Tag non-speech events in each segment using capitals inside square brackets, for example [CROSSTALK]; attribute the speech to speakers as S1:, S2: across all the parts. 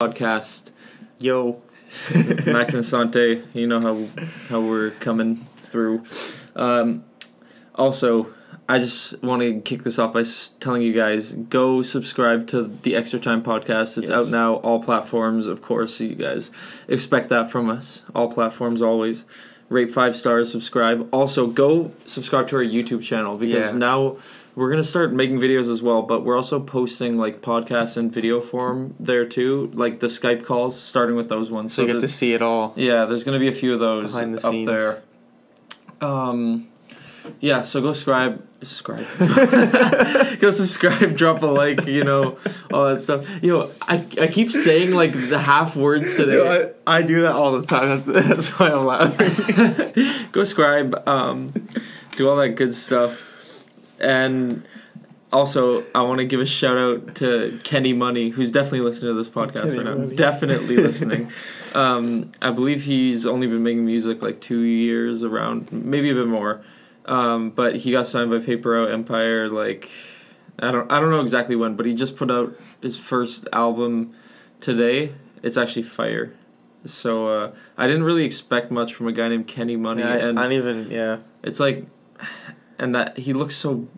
S1: podcast.
S2: Yo,
S1: Max and Sante, you know how how we're coming through. Um, also, I just want to kick this off by s- telling you guys go subscribe to the Extra Time podcast. It's out
S2: Yes.
S1: now, all platforms, of course. So you guys expect that from us, all platforms, always. Rate five stars, subscribe. Also, go subscribe to our YouTube channel because
S2: Yeah.
S1: now we're gonna start making videos as well. But we're also posting like podcasts in video form there too, like the Skype calls, starting with those ones.
S2: so you get
S1: the-
S2: to see it all.
S1: yeah, there's gonna be a few of those
S2: Behind the
S1: up
S2: scenes.
S1: there. Um, yeah, so go subscribe, subscribe, [LAUGHS] go subscribe, drop a like, you know, all that stuff. Yo, I, I keep saying like the half words today.
S2: [LAUGHS] Yo, I, I do that all the time. [LAUGHS] That's, that's why I'm laughing.
S1: Go subscribe, um, do all that good stuff, and also I want to give a shout out to Kenny Money, who's definitely listening to this podcast
S2: Kenny
S1: right now.
S2: Money. [LAUGHS]
S1: Definitely listening. um, I believe he's only been making music like two years around, maybe a bit more. Um, but he got signed by Paper Out Empire. Like, I don't, I don't know exactly when, but he just put out his first album today. It's actually fire. So uh, I didn't really expect much from a guy named Kenny Money,
S2: Yeah, I,
S1: and
S2: I don't even. Yeah,
S1: it's like, and that he looks so.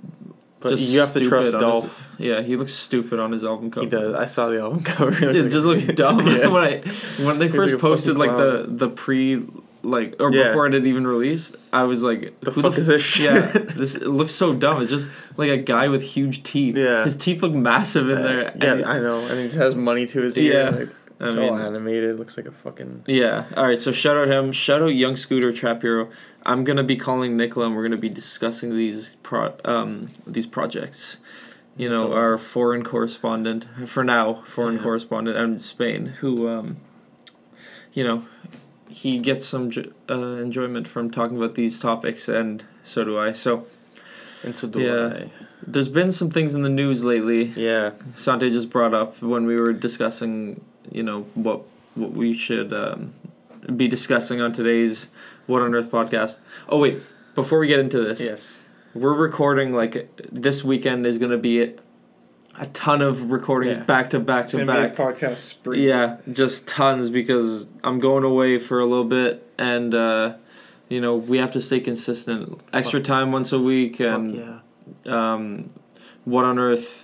S2: but
S1: just
S2: you have to
S1: stupid
S2: trust
S1: on his-
S2: Dolph.
S1: yeah, he looks stupid on his album cover.
S2: He does. I saw the album [LAUGHS] cover.
S1: [LAUGHS] It just
S2: [LAUGHS]
S1: looks dumb [LAUGHS]
S2: Yeah.
S1: when I when they
S2: He's
S1: first
S2: like a
S1: posted like
S2: fucking
S1: the the pre like or
S2: Yeah.
S1: before it had even released. I was like,
S2: The
S1: who
S2: fuck
S1: the
S2: is this shit?
S1: [LAUGHS] yeah, this it looks so dumb. It's just like a guy with huge teeth.
S2: Yeah. Uh,
S1: his teeth look massive
S2: [LAUGHS]
S1: in there.
S2: yeah,
S1: and-
S2: I know. And he just has money to his ear.
S1: Yeah.
S2: like,
S1: I
S2: it's all
S1: mean-
S2: animated. Looks like a fucking.
S1: yeah. All right. So shout out him. Shout out Young Scooter Trap Hero. I'm gonna be calling Nicola, and we're gonna be discussing these pro um these projects. You know, our foreign correspondent for now, foreign
S2: Yeah.
S1: correspondent out in Spain, who um, you know, he gets some jo- uh, enjoyment from talking about these topics, and so do I. So
S2: And so do
S1: Yeah.
S2: yeah.
S1: there's been some things in the news lately
S2: Yeah.
S1: Sante just brought up when we were discussing, you know, what what we should um, be discussing on today's What on Earth podcast. Oh wait, before we get into this,
S2: Yes.
S1: we're recording like this weekend is going to be a ton of recordings
S2: Yeah.
S1: back to back to back.
S2: podcast spree.
S1: Yeah, just tons because I'm going away for a little bit and uh, you know, we have to stay consistent. Extra time once a week and
S2: yeah.
S1: um, what on earth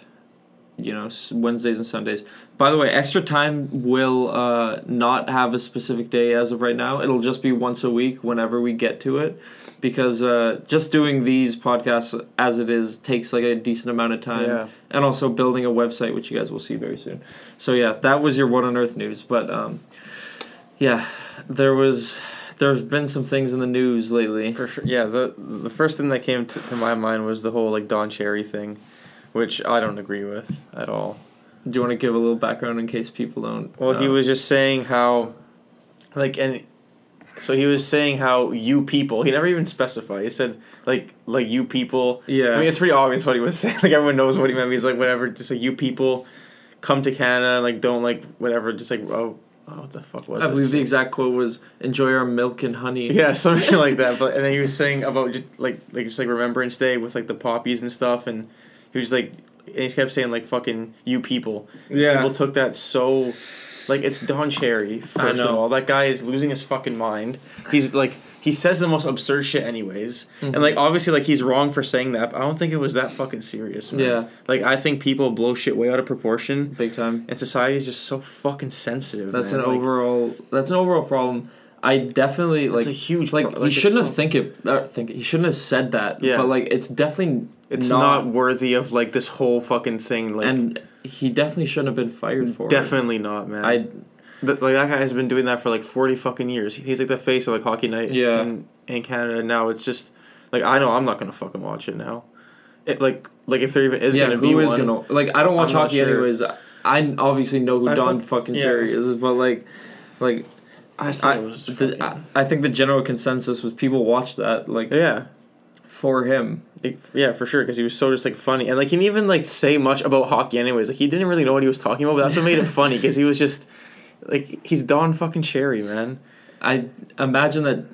S1: you know s- wednesdays and sundays by the way extra time will uh, not have a specific day as of right now it'll just be once a week whenever we get to it because uh, just doing these podcasts as it is takes like a decent amount of time
S2: Yeah.
S1: and also building a website which you guys will see very soon so yeah that was your what on earth news but um, yeah there was there's been some things in the news lately
S2: For sure. Yeah. The the first thing that came to, to my mind was the whole like Don Cherry thing, which I don't agree with at all.
S1: do you want to give a little background in case people don't
S2: Well, he
S1: uh,
S2: was just saying how, like, and so he was saying how you people. He never even specified. He said like like you people.
S1: Yeah.
S2: I mean, it's pretty obvious what he was [LAUGHS] saying. Like everyone knows what he meant. He's like whatever. Just like you people, come to Canada. Like don't like whatever. Just like oh, oh what the fuck was
S1: I
S2: it?
S1: believe the exact quote was "Enjoy our milk and honey."
S2: yeah, [LAUGHS] something like that. But and then he was saying about ju- like like just like Remembrance Day with like the poppies and stuff, and he was like, and he kept saying like fucking you people.
S1: Yeah.
S2: People took that so, like it's Don Cherry. First of
S1: know.
S2: all, that guy is losing his fucking mind. He's like. He says the most absurd shit, anyways,
S1: Mm-hmm.
S2: and like obviously, like he's wrong for saying that. But I don't think it was that fucking serious. Man.
S1: Yeah.
S2: like I think people blow shit way out of proportion,
S1: big time.
S2: and society is just so fucking sensitive.
S1: That's
S2: man.
S1: an
S2: Like,
S1: overall. That's an overall problem. I definitely like.
S2: It's a huge
S1: like
S2: pro-
S1: he
S2: like, it's
S1: shouldn't have
S2: so-
S1: think it. Or think it- he shouldn't have said that.
S2: Yeah.
S1: But like, it's definitely.
S2: It's not, worthy of like this whole fucking thing. Like,
S1: and he definitely shouldn't have been fired for. it.
S2: definitely not, man.
S1: I
S2: Th- like that guy has been doing that for like forty fucking years. He's like the face of like hockey night
S1: Yeah.
S2: in, in Canada. and Now it's just like I know I'm not gonna fucking watch it now. It like like if there even is
S1: yeah.
S2: gonna be
S1: Who is
S2: one.
S1: gonna like? I don't watch
S2: I'm not
S1: hockey
S2: sure.
S1: anyways. I, I obviously know who
S2: I
S1: Don
S2: fuck-
S1: fucking
S2: yeah.
S1: Cherry is, but like, like
S2: I just thought
S1: I,
S2: it was
S1: the,
S2: fucking-
S1: I, I think the general consensus was people watched that like
S2: yeah.
S1: for him.
S2: It- yeah, for sure, because he was so just like funny, and like he didn't even like say much about hockey, anyways. Like he didn't really know what he was talking about, but that's what made it funny, because he was just like he's Don fucking Cherry, man.
S1: I imagine that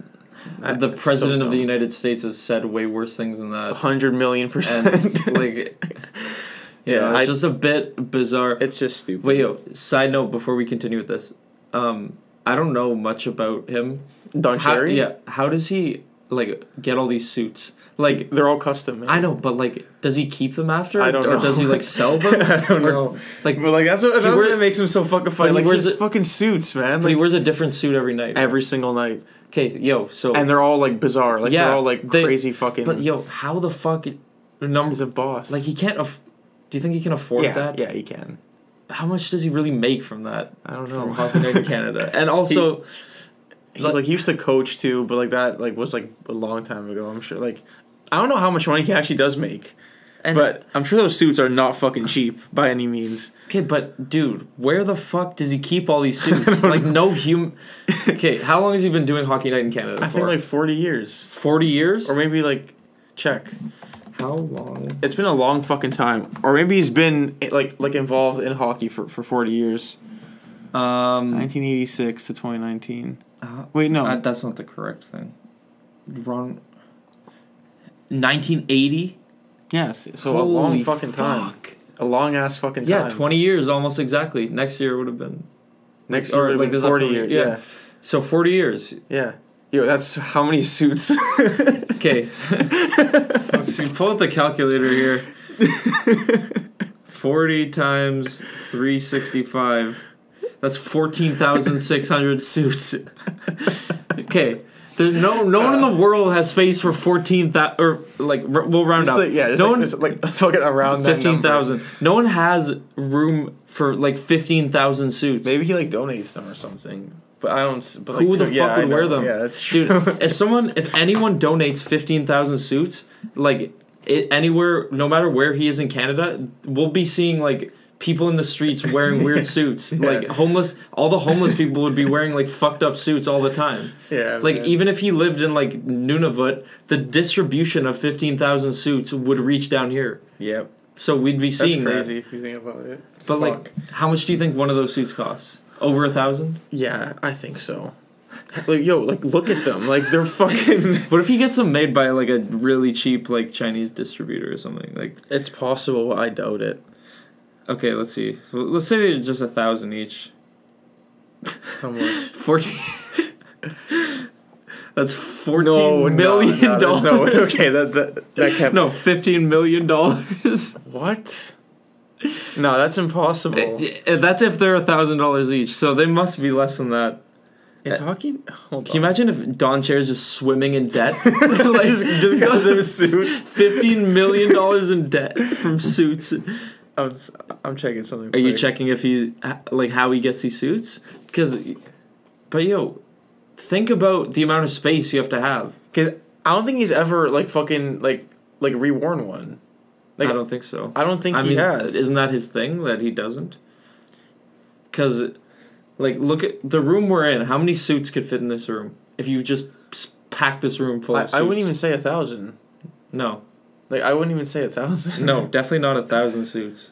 S2: I-
S1: the
S2: Uh, it's so
S1: president of the
S2: dumb.
S1: United States has said way worse things than that.
S2: hundred million percent.
S1: And like, You
S2: Yeah,
S1: know, it's
S2: I-
S1: just a bit bizarre.
S2: [LAUGHS] It's just stupid.
S1: Wait, yo, side note before we continue with this. Um, I don't know much about him.
S2: Don
S1: How,
S2: Cherry?
S1: yeah. How does he like get all these suits? Like
S2: They're all custom. Man.
S1: I know, but like does he keep them after?
S2: I don't
S1: or
S2: know.
S1: does he like sell them?
S2: [LAUGHS] I don't
S1: Or,
S2: know.
S1: Like
S2: But like that's what, another
S1: wears-
S2: thing that makes him so fucking
S1: he
S2: funny. Like
S1: wears
S2: wears
S1: it-
S2: fucking suits, man.
S1: but he
S2: Like
S1: wears a different suit every night.
S2: every single night,
S1: Okay, yo, so
S2: and they're all like bizarre. Like
S1: Yeah,
S2: they're all like
S1: they-
S2: crazy fucking.
S1: but yo, how the fuck
S2: he's
S1: numbers
S2: a boss.
S1: like he can't aff- do you think he can afford
S2: yeah,
S1: that?
S2: yeah, he can.
S1: How much does he really make from that?
S2: I don't
S1: From
S2: know.
S1: hopping
S2: [LAUGHS]
S1: in Canada. And also
S2: He, like he used to coach too, but like that like was like a long time ago. I'm sure. Like I don't know how much money he actually does make,
S1: and
S2: but I'm sure those suits are not fucking cheap by any means.
S1: Okay, but dude, where the fuck does he keep all
S2: [LAUGHS]
S1: these suits? like no human. Okay, how long has he been doing Hockey Night in Canada?
S2: I
S1: for?
S2: think like 40 years,
S1: forty years.
S2: or maybe like check.
S1: how long?
S2: It's been a long fucking time, or maybe he's been like like involved in hockey for for 40 years.
S1: Um,
S2: 1986 to 2019.
S1: uh,
S2: Wait, no.
S1: uh, that's not the correct thing. Wrong. Nineteen eighty.
S2: yes. So a long fucking time. A long ass fucking
S1: Yeah,
S2: time.
S1: twenty years almost exactly. Next year would have been
S2: Next
S1: or
S2: year would
S1: like
S2: have been
S1: this
S2: 40 years.
S1: upcoming-
S2: Yeah.
S1: yeah. so forty years.
S2: yeah. Yo, that's how many suits. [LAUGHS]
S1: Okay, let's see. Pull up the calculator here. Forty times three sixty-five. That's fourteen thousand six hundred suits. Okay, there, no, no one in the world has space for fourteen thousand or like r- we'll round
S2: Just
S1: up.
S2: like, yeah, just
S1: no
S2: like,
S1: one
S2: just like [LAUGHS] fucking around that
S1: fifteen
S2: number.
S1: thousand. No one has room for like fifteen thousand suits.
S2: Maybe he like donates them or something. But I don't. s- But like,
S1: Who the
S2: so- yeah,
S1: fuck
S2: I
S1: would wear
S2: know.
S1: them?
S2: Yeah, that's true. [LAUGHS]
S1: Dude, if someone, if anyone donates 15,000 suits, like it, anywhere, no matter where he is in Canada, we'll be seeing like people in the streets wearing
S2: [LAUGHS]
S1: weird suits. Like homeless, all the homeless people would be wearing like fucked up suits all the time.
S2: yeah.
S1: Like
S2: man.
S1: even if he lived in like Nunavut, the distribution of 15,000 suits would reach down here.
S2: Yep.
S1: So we'd be
S2: That's
S1: seeing
S2: crazy if you think about it.
S1: that. But like, how much do you think one of those suits costs? Over a thousand?
S2: Yeah, I think so. Like yo, like look at them. Like
S1: [LAUGHS]
S2: they're fucking. [LAUGHS]
S1: What if he gets them made by like a really cheap like Chinese distributor or something? Like,
S2: it's possible. I doubt it.
S1: okay, let's see. So Let's say they're just a thousand each.
S2: How much?
S1: Fourteen. That's
S2: No,
S1: [LAUGHS] fourteen million
S2: no, no, there's no way.
S1: dollars.
S2: [LAUGHS] okay, that that that
S1: [LAUGHS]
S2: can't.
S1: No, fifteen million
S2: [LAUGHS]
S1: dollars. Eh,
S2: What? No, that's impossible.
S1: That's if they're a thousand dollars each. So they must be less than that.
S2: Is hockey? Hold
S1: uh, Can you
S2: on.
S1: imagine if Don Chair is just swimming in
S2: [LAUGHS]
S1: debt? [LAUGHS] like,
S2: just
S1: [LAUGHS]
S2: just got them suits.
S1: fifteen million dollars in debt from suits.
S2: I'm s- I'm checking something.
S1: Are you
S2: quick.
S1: checking if he like how he gets these suits? Because, but yo, think about the amount of space you have to have.
S2: Cause I don't think he's ever like fucking like like reworn one. Like
S1: I don't think so.
S2: I don't think
S1: I
S2: he
S1: mean,
S2: has.
S1: isn't that his thing that he doesn't? Because, like, look at the room we're in. How many suits could fit in this room? If you just s- packed this room full
S2: I,
S1: of suits,
S2: I wouldn't even say a thousand.
S1: No,
S2: Like I wouldn't even say a thousand.
S1: no, definitely not a thousand suits.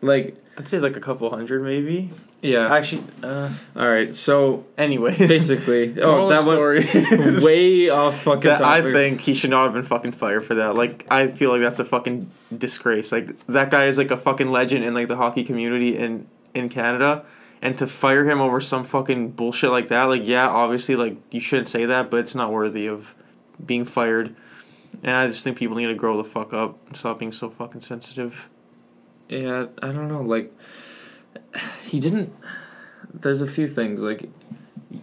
S1: Like,
S2: [LAUGHS] I'd say like a couple hundred maybe.
S1: yeah.
S2: Actually, uh,
S1: All right. So
S2: anyway.
S1: basically, oh,
S2: [LAUGHS] Moral
S1: that one [LAUGHS]
S2: story is
S1: way off fucking.
S2: [LAUGHS] that I
S1: topic.
S2: think he should not have been fucking fired for that. Like I feel like that's a fucking disgrace. Like that guy is like a fucking legend in like the hockey community in in Canada. And to fire him over some fucking bullshit like that, like yeah, obviously, like you shouldn't say that, but it's not worthy of being fired. And I just think people need to grow the fuck up, and stop being so fucking sensitive.
S1: Yeah, I don't know. Like, he didn't. There's a few things like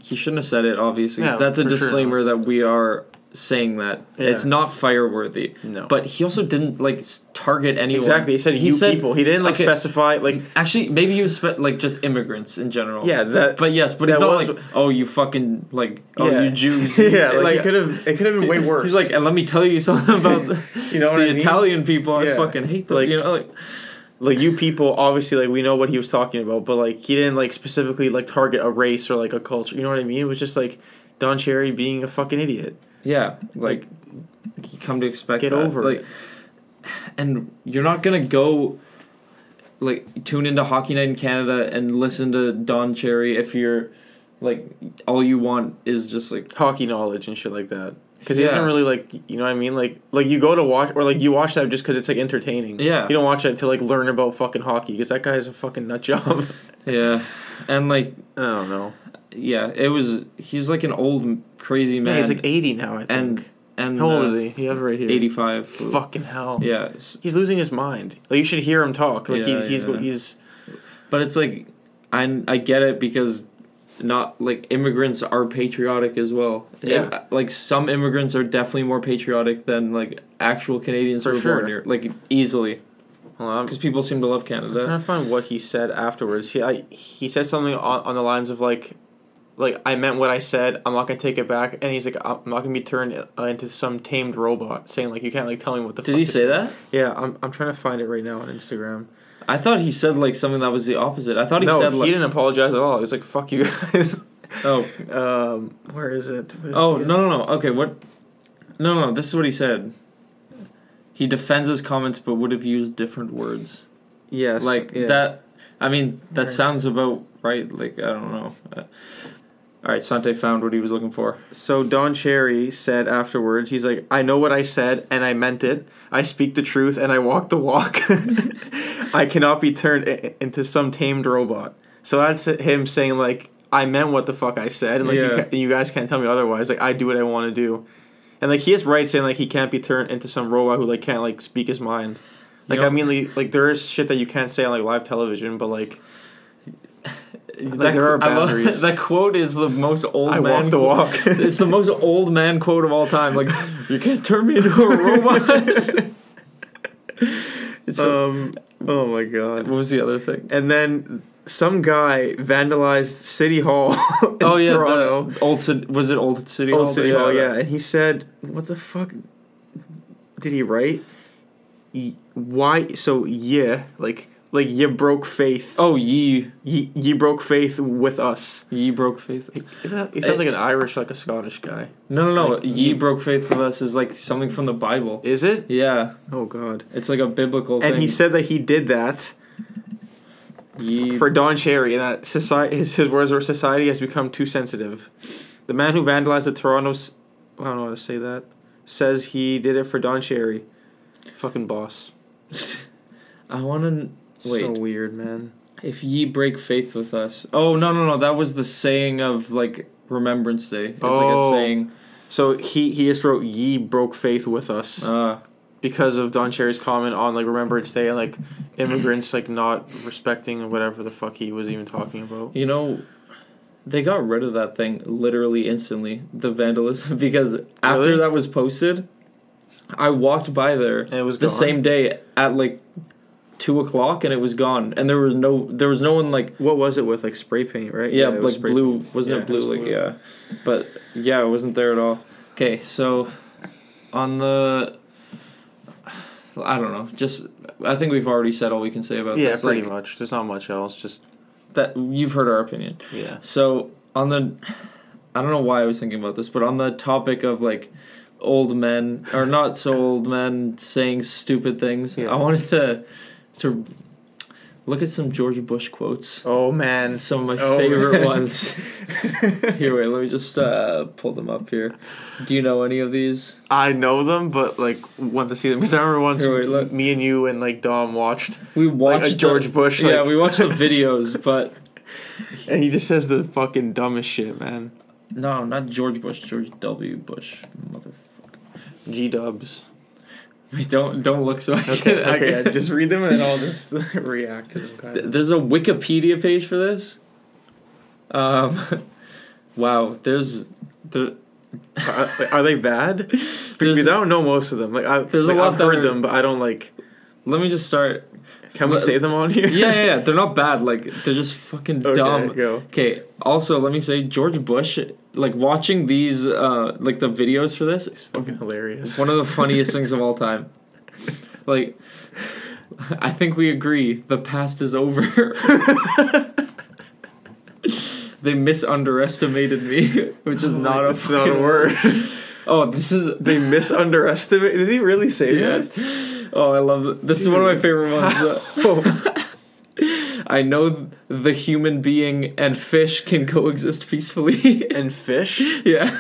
S1: he shouldn't have said it. Obviously,
S2: Yeah,
S1: that's a
S2: for sure.
S1: disclaimer that we are saying that
S2: Yeah.
S1: it's not fire worthy.
S2: No,
S1: But he also didn't like s- target anyone.
S2: exactly, he said
S1: He
S2: you
S1: said-
S2: people. He didn't like
S1: okay.
S2: specify like
S1: Actually, maybe you spent like just immigrants in general.
S2: yeah that.
S1: But yes, but it's
S2: That
S1: not
S2: was-
S1: like oh you fucking like oh
S2: yeah.
S1: you Jews.
S2: [LAUGHS] yeah, like, it could have it could have been way
S1: [LAUGHS]
S2: worse.
S1: He's like, and let me tell you [LAUGHS] something about the,
S2: [LAUGHS] you know what I mean?
S1: Italian people. I
S2: Yeah.
S1: fucking hate them.
S2: Like-
S1: you know, like
S2: like you people obviously like we know what he was talking about but like he didn't like specifically like target a race or like a culture you know what i mean it was just like don cherry being a fucking idiot
S1: Yeah, like, you come to expect.
S2: Get
S1: that.
S2: over
S1: like,
S2: it.
S1: And you're not gonna go, like, tune into Hockey Night in Canada and listen to Don Cherry if you're, like, all you want is just like
S2: hockey knowledge and shit like that because he doesn't
S1: Yeah.
S2: really like you know what I mean like like you go to watch or like you watch that just because it's like entertaining.
S1: Yeah.
S2: you don't watch it to like learn about fucking hockey because that guy is a fucking
S1: [LAUGHS]
S2: nut job.
S1: Yeah, and like
S2: I don't know.
S1: yeah, it was. He's like an old crazy man.
S2: Yeah, he's like eighty now. I think.
S1: and and
S2: How old
S1: uh,
S2: is he? You have it right here.
S1: Eighty-five.
S2: Fucking hell.
S1: Yeah, s-
S2: He's losing his mind. Like you should hear him talk. Like
S1: Yeah,
S2: he's he's
S1: yeah.
S2: he's
S1: but it's like, I I get it because not like immigrants are patriotic as well.
S2: Yeah.
S1: Im- like some immigrants are definitely more patriotic than like actual Canadians
S2: For
S1: who were
S2: sure.
S1: born here, like easily,
S2: well, I'm,
S1: because people seem to love
S2: I'm
S1: Canada.
S2: trying to find what he said afterwards. He I, he said something on, on the lines of like, like I meant what I said. I'm not gonna take it back. And he's like, I'm not gonna be turned uh, into some tamed robot. Saying like, you can't like tell me what the.
S1: Did
S2: fuck
S1: he
S2: to
S1: say that?
S2: Yeah, I'm I'm trying to find it right now on Instagram.
S1: I thought he said like something that was the opposite. I thought he
S2: no,
S1: said like
S2: he didn't apologize at all. He was like, fuck you guys. [LAUGHS]
S1: oh
S2: um, where is it?
S1: Oh no no no. Okay, what? No no. This is what he said. He defends his comments, but would have used different words.
S2: Yes,
S1: Like
S2: yeah.
S1: that. I mean, that
S2: Right.
S1: sounds about right. Like I don't know. Uh, all right, Sante found what he was looking for.
S2: So Don Cherry said afterwards, he's like, I know what I said and I meant it. I speak the truth and I walk the walk. [LAUGHS] I cannot be turned i- into some tamed robot. So that's him saying like, I meant what the fuck I said, and like you,
S1: Yeah.
S2: ca- you guys can't tell me otherwise. Like I do what I want to do, and like he is right saying like he can't be turned into some robot who like can't like speak his mind. Like I
S1: Yup.
S2: mean, like, like there is shit that you can't say on like live television, but like
S1: That
S2: there are
S1: qu- I love-
S2: boundaries.
S1: [LAUGHS] that quote is the most old
S2: I
S1: man.
S2: walk the
S1: qu- [LAUGHS]
S2: walk. [LAUGHS]
S1: it's the most old man quote of all time. Like you can't turn me into
S2: [LAUGHS]
S1: a robot. [LAUGHS] it's so-
S2: um, oh my god.
S1: what was the other thing?
S2: and then some guy vandalized City Hall [LAUGHS] in
S1: Oh yeah,
S2: Toronto,
S1: the old Ci- was it old city
S2: old
S1: hall?
S2: City Hall.
S1: that-
S2: Yeah, and he said, "What the fuck did he write? Y- Why? So yeah, like like you broke faith.
S1: Oh ye
S2: Ye you broke faith with us. Eh.
S1: ye broke faith.
S2: Is that, he sounds like an Irish, like a Scottish guy.
S1: No, no, no.
S2: Like,
S1: ye broke faith with us is like something from the Bible.
S2: Is it?
S1: Yeah,
S2: Oh God!
S1: it's like a biblical thing.
S2: And he said that he did that
S1: ye,
S2: for Don Cherry, and that society his, his words were society has become too sensitive. The man who vandalized the Toronto, s- I don't know how to say that, says he did it for Don Cherry. Fucking boss.
S1: I want to wait.
S2: So weird, man.
S1: if ye break faith with us. Oh no, no, no. That was the saying of like Remembrance Day. It's
S2: Oh.
S1: like a saying.
S2: So he he just wrote ye broke faith with us
S1: Uh,
S2: because of Don Cherry's comment on like Remembrance Day and like immigrants like not respecting whatever the fuck he was even talking about.
S1: you know, they got rid of that thing literally instantly. The vandalism [LAUGHS] because after
S2: Really?
S1: that was posted, I walked by there
S2: And it was
S1: the
S2: gone.
S1: same day at like two o'clock, and it was gone. And there was no, there was no one like.
S2: What was it with like spray paint, right?
S1: Yeah,
S2: it was
S1: like
S2: spray
S1: blue. Wasn't it
S2: Yeah, it
S1: blue?
S2: was
S1: like
S2: blue.
S1: yeah, but yeah, it wasn't there at all. Okay, so on the, I don't know. Just I think we've already said all we can say about
S2: Yeah,
S1: this.
S2: pretty
S1: like,
S2: much. There's not much else. Just
S1: That you've heard our opinion.
S2: yeah.
S1: So on the, I don't know why I was thinking about this, but on the topic of like old men or not so old men saying stupid things,
S2: Yeah.
S1: I wanted to to look at some George Bush quotes.
S2: Oh man.
S1: Some of my
S2: Oh. [LAUGHS]
S1: favorite ones. here, wait, let me just uh, pull them up here. Do you know any of these?
S2: I know them, but like want to see them because I remember once
S1: Here, [LAUGHS] wait, look.
S2: me and you and like Dom watched,
S1: We watched
S2: like a
S1: the-
S2: George Bush,
S1: yeah,
S2: like-
S1: we watched
S2: [LAUGHS]
S1: the videos, but
S2: and he just says the fucking dumbest shit, man.
S1: no, not George Bush, George W. Bush, mother.
S2: G Dubs.
S1: Wait, don't don't look so. I
S2: Okay,
S1: can, [LAUGHS] I
S2: okay.
S1: can-
S2: just read them and then I'll
S1: [LAUGHS]
S2: just react to them. Kind
S1: Th-
S2: of.
S1: There's a Wikipedia page for this. Um, [LAUGHS] wow, there's the
S2: are, are they bad? Because I
S1: there's,
S2: don't know most of them. Like I,
S1: There's a
S2: like,
S1: lot
S2: I've
S1: that
S2: heard
S1: are-
S2: them, but I don't like.
S1: let me just start.
S2: Can we
S1: Let-
S2: say them on here?
S1: Yeah, yeah,
S2: [LAUGHS]
S1: yeah. They're not bad. Like they're just fucking
S2: Okay,
S1: dumb.
S2: go.
S1: Okay. Also, let me say George Bush. Like watching these, uh, like the videos for this,
S2: It's fucking hilarious.
S1: one of the funniest things of all
S2: [LAUGHS]
S1: time. Like, I think we agree the past is
S2: [LAUGHS]
S1: over. they misunderestimated me, which is not a
S2: Oh it's not a
S1: fucking-
S2: word.
S1: Oh, this is
S2: [LAUGHS] they misunderestimate. Did he really say
S1: yes. [LAUGHS] Oh, I love th- this. Is one of my favorite ones.
S2: that?
S1: I know th- the human being and
S2: [LAUGHS]
S1: fish can coexist peacefully.
S2: and fish.
S1: yeah.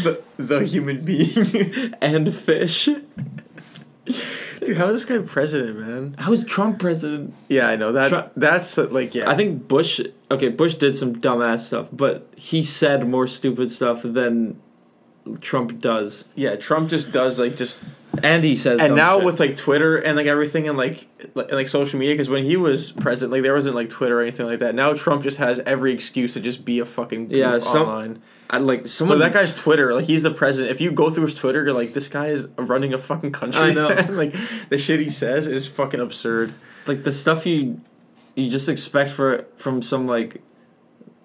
S2: the, the
S1: [LAUGHS]
S2: human being.
S1: and fish.
S2: Dude, how is this guy president, man?
S1: How is Trump president?
S2: Yeah, I know that.
S1: Tru-
S2: that's uh, like yeah.
S1: I think Bush. Okay, Bush did some dumbass stuff, but he said more stupid stuff than Trump does,
S2: yeah, Trump just does like just
S1: and he says.
S2: and
S1: dumb
S2: now
S1: shit.
S2: with like Twitter and like everything and like li- and, like social media because when he was president, like there wasn't like Twitter or anything like that. Now Trump just has every excuse to just be a fucking goof
S1: Yeah, some-
S2: online.
S1: I, like
S2: But
S1: someone
S2: that guy's Twitter, like he's the president. If you go through his Twitter, you're like, this guy is running a fucking country.
S1: I know.
S2: man. [LAUGHS] like the shit he says is fucking absurd.
S1: like the stuff you you just expect for from some like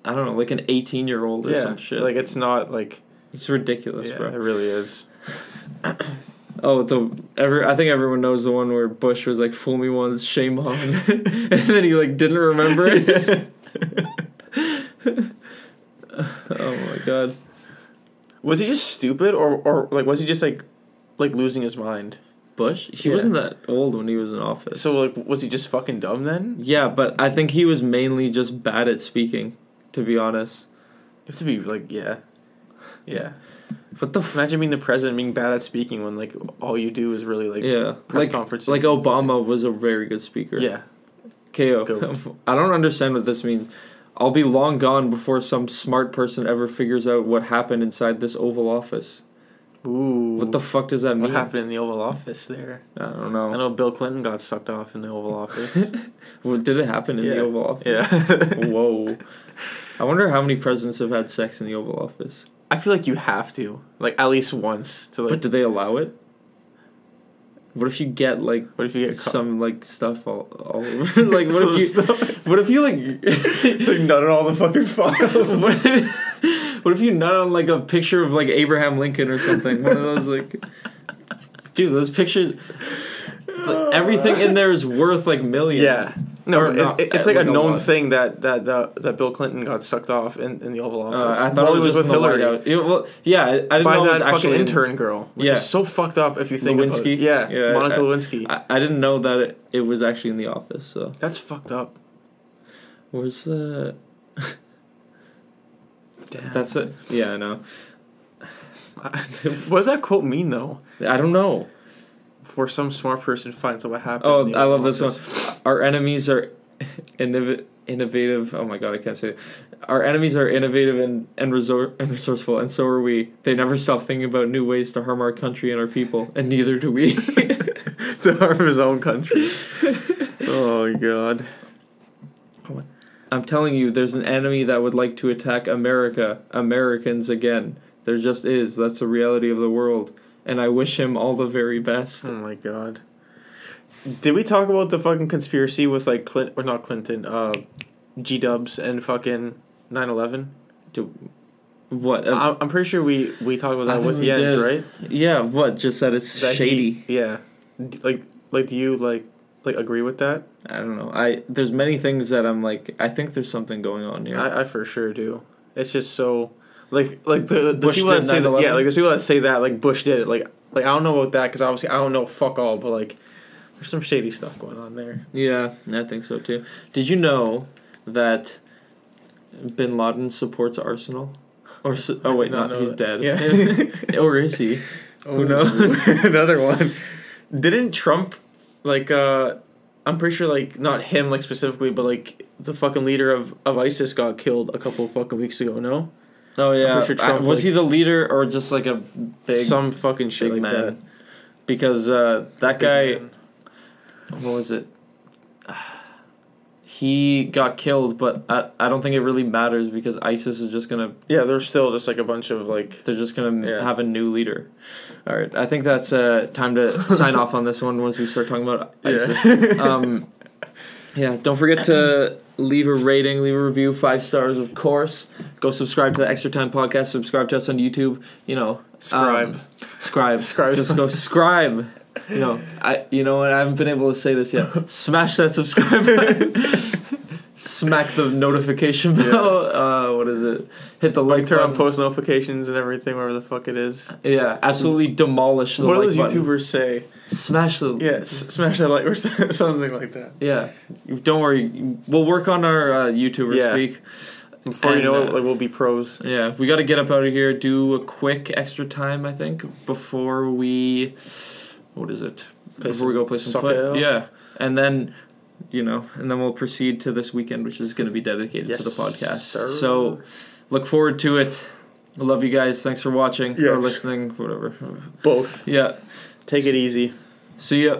S1: I don't know, like an eighteen year old or
S2: yeah,
S1: some shit.
S2: like it's not like
S1: it's ridiculous,
S2: yeah, it
S1: bro.
S2: really is.
S1: Oh, the every I think everyone knows the one where Bush was like, "Fool me [LAUGHS] once, shame on," and then he like didn't remember it.
S2: [LAUGHS]
S1: [LAUGHS] oh my god.
S2: Was he just stupid or or like was he just like like losing his mind?
S1: Bush? He
S2: Yeah.
S1: wasn't that old when he was in office.
S2: So like was he just fucking dumb then?
S1: yeah, but I think he was mainly just bad at speaking, to be honest.
S2: You have to be like yeah. Yeah.
S1: What the f-
S2: Imagine being the president being bad at speaking when like all you do is really like
S1: yeah,
S2: press
S1: like
S2: conferences.
S1: like Obama was a very good speaker.
S2: yeah.
S1: KO.
S2: Goat.
S1: [LAUGHS] I don't understand what this means. I'll be long gone before some smart person ever figures out what happened inside this Oval Office.
S2: Ooh.
S1: What the fuck does that
S2: what
S1: mean?
S2: happened in the Oval Office there?
S1: I don't
S2: I
S1: know.
S2: know Bill Clinton got sucked off in the
S1: [LAUGHS]
S2: Oval Office.
S1: Well, did it happen in
S2: Yeah.
S1: the Oval Office?
S2: yeah. [LAUGHS]
S1: Whoa. I wonder how many presidents have had sex in the Oval Office.
S2: I feel like you have to. Like at least once to
S1: But
S2: like
S1: do they allow it? What if you get like
S2: what if you get caught?
S1: some like stuff all, all over? [LAUGHS] like
S2: [LAUGHS]
S1: what if you what if you like [LAUGHS]
S2: it's like not in all the fucking files.
S1: what, if, what if you nut on like a picture of like Abraham Lincoln or something? One of those like, dude, those pictures. But everything in there is worth like millions.
S2: Yeah. No,
S1: Or
S2: but
S1: not-
S2: it, it's
S1: uh,
S2: like a
S1: like a
S2: known
S1: lot.
S2: thing that, that that that Bill Clinton got sucked off in, in the Oval
S1: Uh,
S2: Office.
S1: I thought it was just in the White House. Yeah, well, yeah, I I didn't
S2: by
S1: know it
S2: that
S1: was
S2: fucking
S1: actually.
S2: intern girl, which
S1: Yeah.
S2: is so fucked up if you think about
S1: Lewinsky?
S2: it. Yeah,
S1: Yeah,
S2: Monica
S1: I-
S2: Lewinsky.
S1: I, I didn't know that it, it was actually in the office. So
S2: That's fucked up.
S1: where's uh [LAUGHS]
S2: Damn. [LAUGHS]
S1: that's it? Yeah, I know.
S2: what does that quote mean though?
S1: I don't know.
S2: For some smart person finds out what happened.
S1: Oh,
S2: in the
S1: I love
S2: Oval
S1: this one.
S2: Office.
S1: Our enemies are [LAUGHS] innov- innovative. Oh my god, I can't say. It. Our enemies are innovative and and, resor- and resourceful, and so are we. They never stop thinking about new ways to harm our country and our people, and neither do we. [LAUGHS]
S2: [LAUGHS] to harm his own country. oh god.
S1: I'm telling you, there's an enemy that would like to attack America, Americans again. There just is. That's the reality of the world, and I wish him all the very best.
S2: Oh my god. Did we talk about the fucking conspiracy with like Clint or not Clinton, uh, G Dubs and fucking 9-11?
S1: Do, what? Uh,
S2: I'm I'm pretty sure we we talked about
S1: I
S2: that
S1: think
S2: with
S1: we
S2: Jens,
S1: did.
S2: right?
S1: yeah, what? Just that it's
S2: That he-
S1: shady.
S2: yeah. D- Like like do you like like agree with that?
S1: I don't know. I there's many things that I'm like. I think there's something going on here.
S2: I, I for sure do. It's just so like like the, the
S1: Bush
S2: people
S1: did
S2: that say that yeah
S1: 9/11?
S2: like there's people that say that like Bush did it like like I don't know about that because obviously I don't know fuck all but like there's some shady stuff going on there.
S1: yeah, I think so too. Did you know that Bin Laden supports Arsenal? Or so, oh wait,
S2: did not
S1: not
S2: know
S1: he's
S2: that.
S1: [LAUGHS]
S2: [LAUGHS]
S1: dead. or is he? Who knows?
S2: Oh, Another one. Didn't Trump like uh I'm pretty sure like not him like specifically but like the fucking leader of of ISIS got killed a couple fucking weeks ago. No,
S1: Oh yeah.
S2: pretty sure Trump,
S1: I- was
S2: like-
S1: he the leader or just like a big
S2: some fucking shit
S1: big
S2: like
S1: man?
S2: that.
S1: Because uh, that
S2: Big
S1: guy,
S2: man.
S1: what was it? He got killed, but I, I don't think it really matters because ISIS is just gonna
S2: Yeah, there's still just like a bunch of like
S1: They're just gonna
S2: Yeah.
S1: have a new leader. All right, I think that's uh, time to
S2: [LAUGHS]
S1: sign off on this one once we start talking about ISIS. Yeah. um, yeah, don't forget to leave a rating, leave a review, five stars, of course. Go subscribe to the Extra Time Podcast. Subscribe to us on YouTube. You know, Um,
S2: scribe.
S1: scribe,
S2: Scribe.
S1: Just go scribe. You know, I you know what? I haven't been able to say this yet. Smash that subscribe button. [LAUGHS] Smack the notification bell. Uh, what is it? Hit the like
S2: Turn on
S1: button.
S2: post notifications and everything, wherever the fuck it is.
S1: Yeah, absolutely demolish the
S2: what do
S1: like
S2: those
S1: button.
S2: YouTubers say?
S1: Smash the
S2: Yeah, s- smash that like or [LAUGHS] s- something like that.
S1: yeah. Don't worry, we'll work on our uh, YouTuber
S2: Yeah.
S1: speak.
S2: Before you
S1: And,
S2: know it,
S1: uh,
S2: like we'll be pros.
S1: Yeah, we got to get up out of here. Do a quick extra time, I think, before we. What is it?
S2: Play
S1: before we
S2: some
S1: go play some
S2: soccer.
S1: foot. Yeah, and then, you know, and then we'll proceed to this weekend, which is going to be dedicated
S2: Yes,
S1: to the podcast.
S2: sir.
S1: So, look forward to it. I love you guys. Thanks for watching
S2: Yes.
S1: or listening, whatever.
S2: Both.
S1: Yeah.
S2: Take it easy.
S1: See ya.